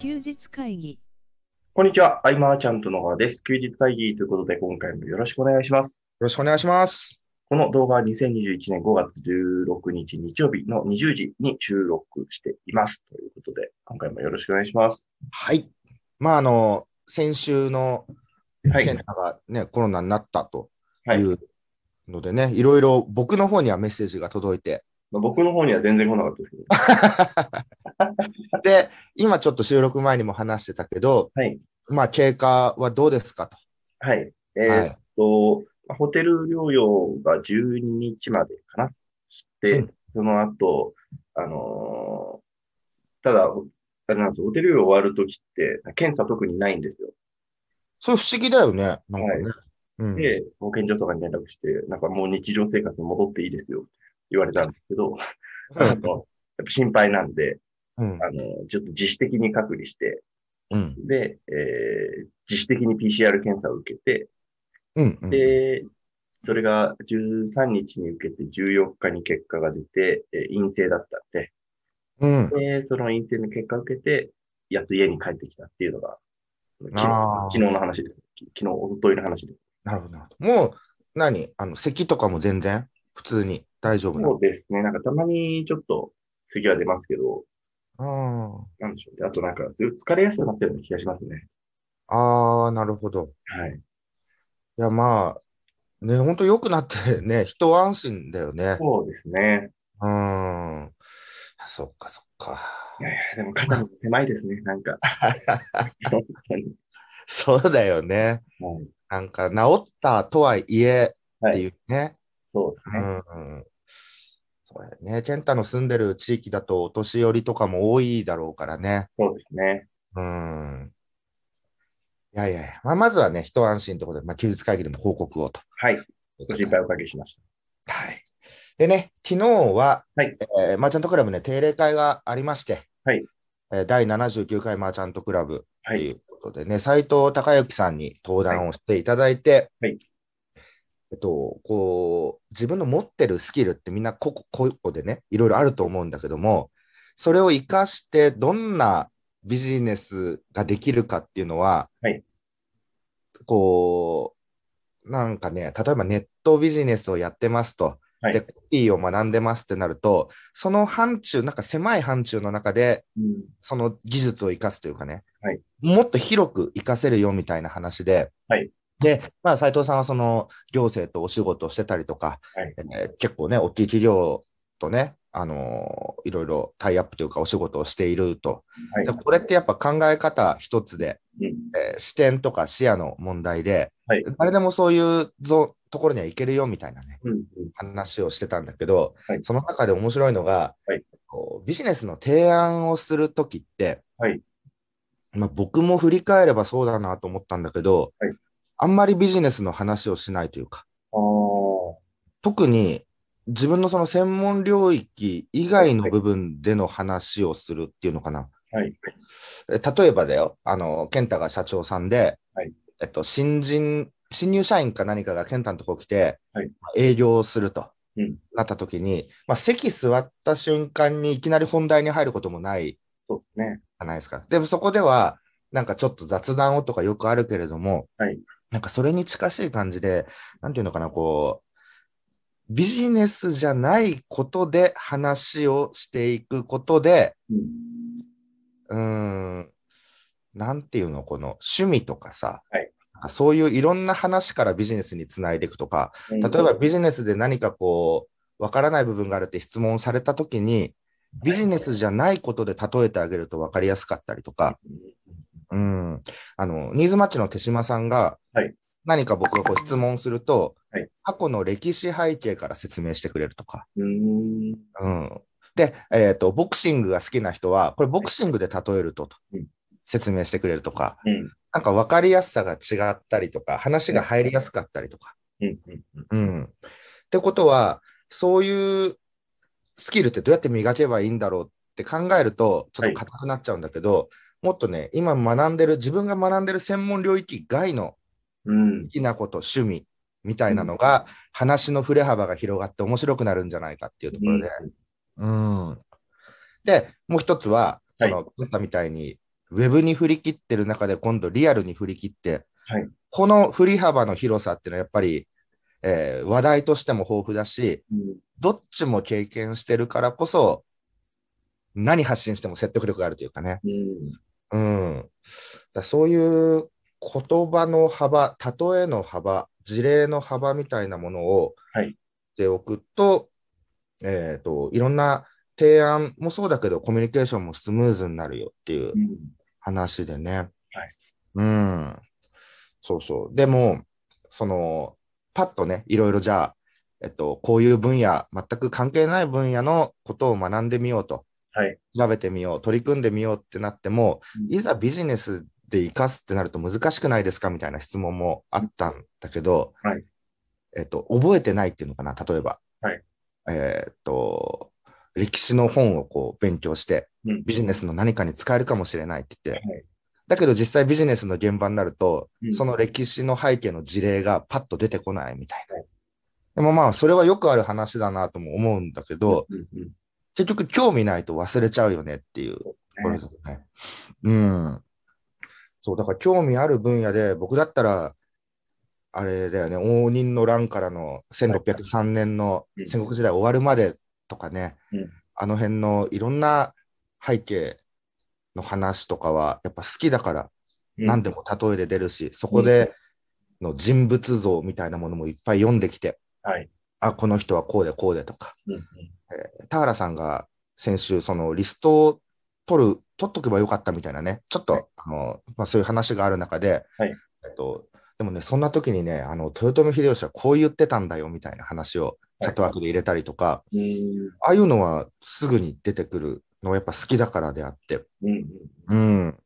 休日会議。こんにちは。アイマーちゃんと野川です。休日会議ということで、今回もよろしくお願いします。ろしくお願いします。この動画は2021年5月16日日曜日の20時に収録しています。ということで、今回もよろしくお願いします。はい。まあ、あの、先週のはい。健太がね、コロナになったとはいい。うのでね、い、ろいろ僕の方にはメッセージが届いて、まあ僕の方には全然来なかったですけど。で、今ちょっと収録前にも話してたけど、はい。まあ、経過はどうですかと。はい。えはーっい。と、まあホテル療養が12日までかな。して、うんその後、あのーただ、あれなんですよ、ホテル療養終わるときって、検査特にないんですよ。それ不思議だよね。なんかね。うん、で、保健所とかに連絡して、なんかもう日常生活に戻っていいですよって言われたんですけど、あのやっぱ心配なんで、うんあ。の、ちょっと自主的に隔離して、うん。で、えー自主的に PCR 検査を受けて、うん。うんで、それが13日に受けて14日に結果が出て、えー陰性だったんで、うん。で、その陰性の結果を受けて、やっと家に帰ってきたっていうのが、昨日あー昨日の話です。き昨日、おとといの話です。なるほど。なるほどもう、何あの、咳とかも全然普通に大丈夫なそうですね。なんかたまにちょっと次は出ますけど、の。なんでしょうね。あとなんか、そういう疲れやすくなってるような気がしますね。ああ、あーなるほど。はい。いや、まあ、ね、本当良くなってね、 一安心だよね。そうですね。うーん。そっか、そっか。いやいや、でも肩も狭いですね。なんか。本当に そうだよね。はい。なんか、治ったとはいえっていうね。そうですうね。ん。そうだよね。健太の住んでる地域だと、お年寄りとかも多いだろうからね。そうですね。うん。いやいやいや、まあ、まずはね、一安心ということで、まあ、休日会議でも報告をと。はい。ご心配おかけしましはい。でね、昨日は、はいえーマーチャントクラブね、定例会がありまして、はいえー第79回マーチャントクラブた。はとい。いうことでね、斉藤孝之さんに登壇をしていただいて、はいえっと、こう、自分の持ってるスキルってみんな個々個々でね、いろいろあると思うんだけども、それを活かしてどんなビジネスができるかっていうのは、はいこう、なんかね、例えばネットビジネスをやってますと、はいで、コピーを学んでますってなると、その範疇、なんか狭い範疇の中で、うんその技術を生かすというかね、はいもっと広く生かせるよみたいな話で、はいで、まあ、斉藤さんはその行政とお仕事をしてたりとか、はいえー結構ね、大きい企業とね、あのーいろいろタイアップというかお仕事をしていると。はいで。これってやっぱ考え方一つで、うんえー視点とか視野の問題で、はい誰でもそういうぞところには行けるよみたいなね、うんうん。話をしてたんだけど、はいその中で面白いのが、はいこうビジネスの提案をするときって、はいまあ、僕も振り返ればそうだなと思ったんだけど、はいあんまりビジネスの話をしないというか、あー特に自分のその専門領域以外の部分での話をするっていうのかな。はい。え例えばだよ、あの、健太が社長さんで、はいえっと、新人、新入社員か何かが健太のとこ来て、はいまあ営業をすると、うんなった時に、まあ、席座った瞬間にいきなり本題に入ることもないじそうですね。ゃないですか。でもそこでは、なんかちょっと雑談をとかよくあるけれども、はいなんかそれに近しい感じで、なんていうのかな、こう、ビジネスじゃないことで話をしていくことで、うん。うーん、なんていうの、この趣味とかさ、はいそういういろんな話からビジネスにつないでいくとか、例例えば、ビジネスで何かこう、わからない部分があるって質問されたときに、ビジネスじゃないことで例えてあげると分かりやすかったりとか、うん、あの、ニーズマッチの手島さんがはい、何か僕がこう質問するとはい、過去の歴史背景から説明してくれるとか、うん。うん。で、えっ、と、ボクシングが好きな人は、これボクシングで例えるととうん説明してくれるとか、うん。なんか分かりやすさが違ったりとか、話が入りやすかったりとか。うん。うん。うん。ってことは、そういうスキルってどうやって磨けばいいんだろうって考えると、ちょっと硬くなっちゃうんだけど、もっとね、今学んでる、自分が学んでる専門領域外のうん好。きなこと、趣味みたいなのが、話の振れ幅が広がって面白くなるんじゃないかっていうところで、うん。で、もう一つは、はそいの、文太みたいに、ウェブに振り切ってる中で今度リアルに振り切って、はいこの振り幅の広さっていうのはやっぱり、えー話題としても豊富だし、うんどっちも経験してるからこそ、何発信しても説得力があるというかね。うんうん。だそういう言葉の幅、例えの幅、事例の幅みたいなものをはいしておくと、えっ、と、いろんな提案もそうだけど、コミュニケーションもスムーズになるよっていううん話でね。はいうん。そうそう。でも、その、パッとね、いろいろじゃあ、えっと、こういう分野、全く関係ない分野のことを学んでみようと、はい調べてみよう、取り組んでみようってなっても、うんいざビジネスで生かすってなると難しくないですかみたいな質問もあったんだけど、はいえっと、覚えてないっていうのかな、例えば。はいえーっと、歴史の本をこう勉強して、うんビジネスの何かに使えるかもしれないって言って、はいだけど実際ビジネスの現場になると、うんその歴史の背景の事例がパッと出てこないみたいな。はいでもまあ、それはよくある話だなとも思うんだけど、うんうん結局興味ないと忘れちゃうよねっていうところだよね。うん。そう、だから興味ある分野で、僕だったら、あれだよね、応仁の乱からの1603年のうん戦国時代終わるまでとかね、うんあの辺のいろんな背景の話とかは、やっぱ好きだから、うん何でも例えで出るし、そこでの人物像みたいなものもいっぱい読んできて、はい。あ、この人はこうでこうでとか、うんうん田原さんが先週、そのリストを取る、取っとけばよかったみたいなね、ちょっと、はいあのまあ、そういう話がある中で、はいえっと、でもね、そんな時にね、あの豊臣秀吉はこう言ってたんだよみたいな話をチャットワークで入れたりとか、うんああいうのはすぐに出てくるのはやっぱ好きだからであって。うんうんうん、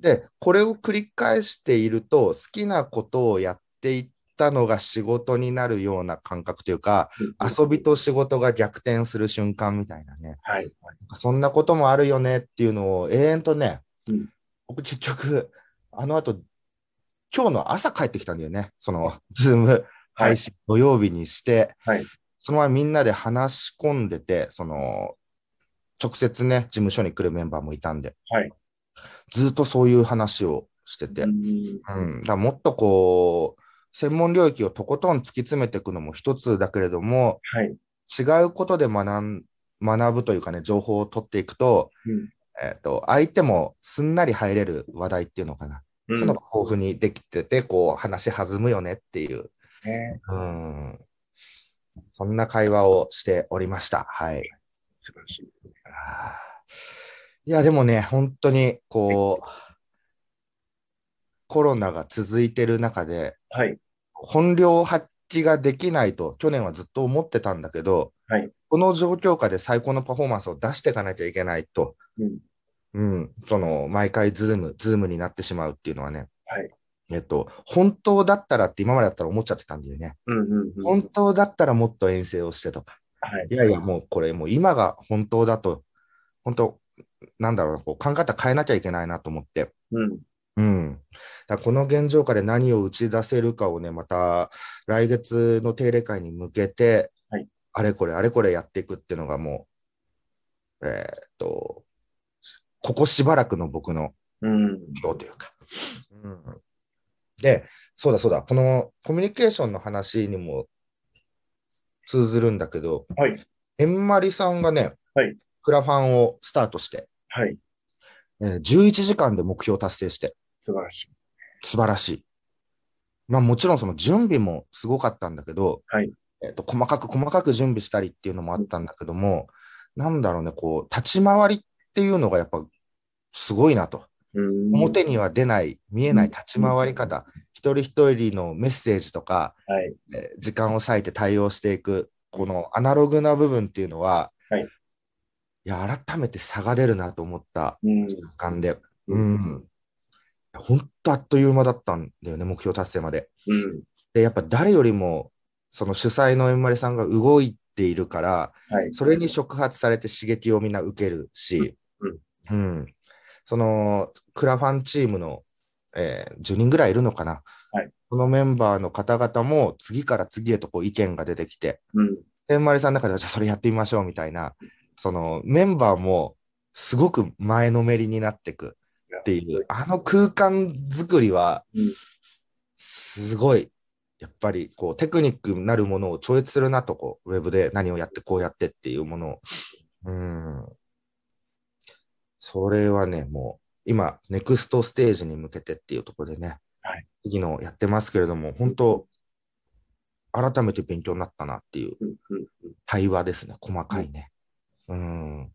で、これを繰り返していると、好きなことをやっていったのが仕事になるような感覚というか、遊びと仕事が逆転する瞬間みたいなね。はい。はいそんなこともあるよねっていうのを永遠とね、うん僕結局、あの後、今日の朝帰ってきたんだよね。その、ズーム配信土曜日にして、はいその前みんなで話し込んでて、その、直接ね、事務所に来るメンバーもいたんで、はいずっとそういう話をしてて、うんうん、だからもっとこう、専門領域をとことん突き詰めていくのも一つだけれども、はい。違うことで学ん学ぶというかね、情報を取っていくと、うんえっと相手もすんなり入れる話題っていうのかな。うそんのが豊富にできてて、こう話弾むよねっていう、ねうん。そんな会話をしておりました。はい。素晴らしい。あーいや、でもね、本当にこう、コロナが続いてる中で、はい。本領発揮ができないと去年はずっと思ってたんだけど、はいこの状況下で最高のパフォーマンスを出していかなきゃいけないと、うんうん、その毎回ズーム、ズームになってしまうっていうのはね、はいえっと、本当だったらって今までだったら思っちゃってたんだよね。うんうんうん。本当だったらもっと遠征をしてとか、はい。いやいや、もうこれ、もう今が本当だと、本当、なんだろうな、こう考え方変えなきゃいけないなと思って、うん。うん。だからこの現状下で何を打ち出せるかをね、また来月の定例会に向けて、はいあれこれあれこれやっていくっていうのがもう、えーっと、ここしばらくの僕のうん。どうというか。うん、で、そうだそうだ、このコミュニケーションの話にも通ずるんだけど、はい。えんまりさんがね、はいクラファンをスタートして、はい。えー11時間で目標を達成して、素晴らしい。素晴らしい。まあもちろんその準備もすごかったんだけど、はいえっと細かく細かく準備したりっていうのもあったんだけども、なんだろうね、こう、立ち回りっていうのがやっぱすごいなと。うん。表には出ない、見えない立ち回り方、一人一人のメッセージとか、はい。えー時間を割いて対応していく、このアナログな部分っていうのは、はいいや、改めて差が出るなと思ったうん。間で、うん。ほんとあっという間だったんだよね、目標達成まで。うん。で、やっぱ誰よりも、その主催のえんまりさんが動いているから、はい。それに触発されて刺激をみんな受けるし、うんその、クラファンチームの、えー10人ぐらいいるのかな。はいこのメンバーの方々も次から次へとこう意見が出てきて、うん。えんまりさんの中では、じゃあそれやってみましょうみたいな、そのメンバーもすごく前のめりになっていく。っていう、あの空間作りはうん、すごい、やっぱりこうテクニックなるものを超越するなとこう、ウェブで何をやってこうやってっていうものを。うん。それはね、もう今、ネクストステージに向けてっていうところでね、はい次のやってますけれども、本当、改めて勉強になったなっていううんうんうん対話ですね、細かいね。うん。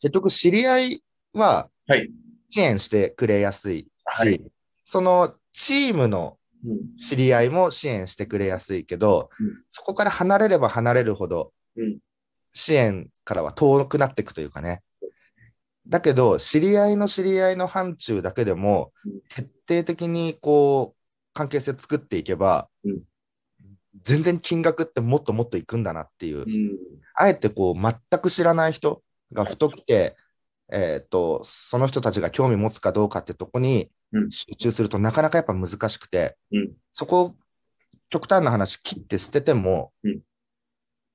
結局、知り合いははい。支援してくれやすいし、はいそのチームのうん知り合いも支援してくれやすいけど、うんそこから離れれば離れるほどうん、支援からは遠くなっていくというかね。だけど、知り合いの知り合いの範疇だけでもうん、徹底的にこう、関係性作っていけば、うん全然金額ってもっともっといくんだなっていううんあえてこう全く知らない人がふと来て、えー、とその人たちが興味持つかどうかってとこにうん集中するとなかなかやっぱ難しくて、うんそこを極端な話切って捨てても、うん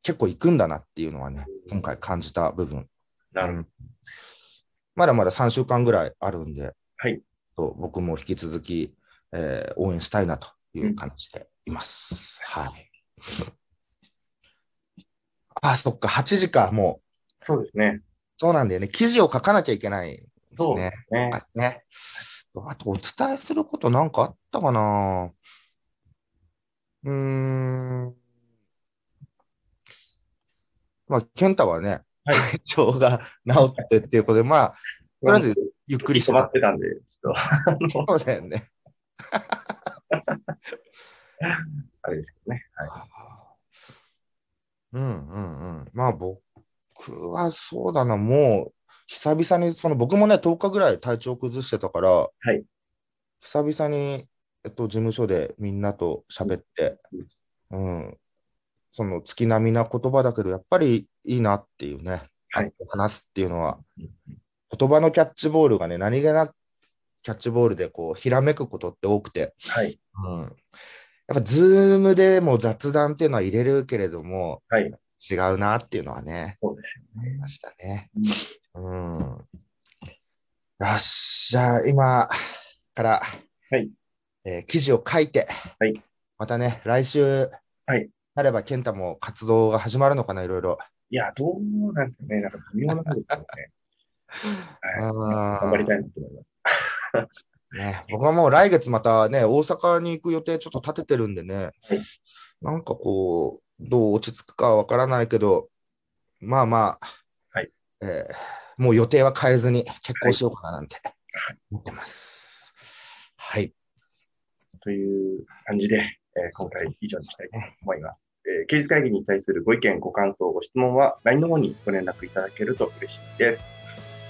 結構いくんだなっていうのはねうん今回感じた部分、なるほうど。んまだまだ3週間ぐらいあるんで、はいと僕も引き続き、えー応援したいなという感じでいます。はいあ、そっか、8時か、もう。そうですね。そうなんだよね。記事を書かなきゃいけないですそうでね。すね。あねあと、お伝えすることなんかあったかなうーん。まあ、健太はね、はい体調が治ってっていうことで、まあ、とりあえずゆっくりして止たまってたんで、ちょっと、あの、そうだよね。あれですけどね。はい。うんうんうん。まあ、僕はそうだな、もう、久々に、その僕もね、10日ぐらい体調崩してたから、い久々に、えっと、事務所でみんなと喋って、うん、その月並みな言葉だけど、やっぱりいいなっていうね、はい話すっていうのは、うん言葉のキャッチボールがね、何気なくキャッチボールでこう、ひらめくことって多くて、はい。うんやっぱ、ズームでも雑談っていうのは入れるけれども、はい違うなっていうのはね、そうですありましたね。うん。よっしゃ、今から、はいえー記事を書いて、はいまたね、来週、はいなれば、健太も活動が始まるのかな、いろいろ。いや、どうなんですかね。なんか微妙な感じですよね。はい。頑頑張りたいなと思います。ね、僕はもう来月またね、大阪に行く予定ちょっと立ててるんでねはい、なんかこう、どう落ち着くかはわからないけど、まあまあ、はいえーもう予定は変えずに結婚しようかななんて思ってます。はい。という感じで、えー今回以上にしたいと思います。えー、刑事会議に対するご意見、ご感想、ご質問は LINE の方にご連絡いただけると嬉しいです。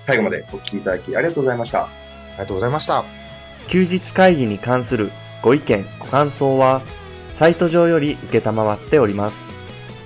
最後までお聞きいただきありがとうございました。ありがとうございました。休日会議に関するご意見、ご感想は、サイト上より受けたまわっております。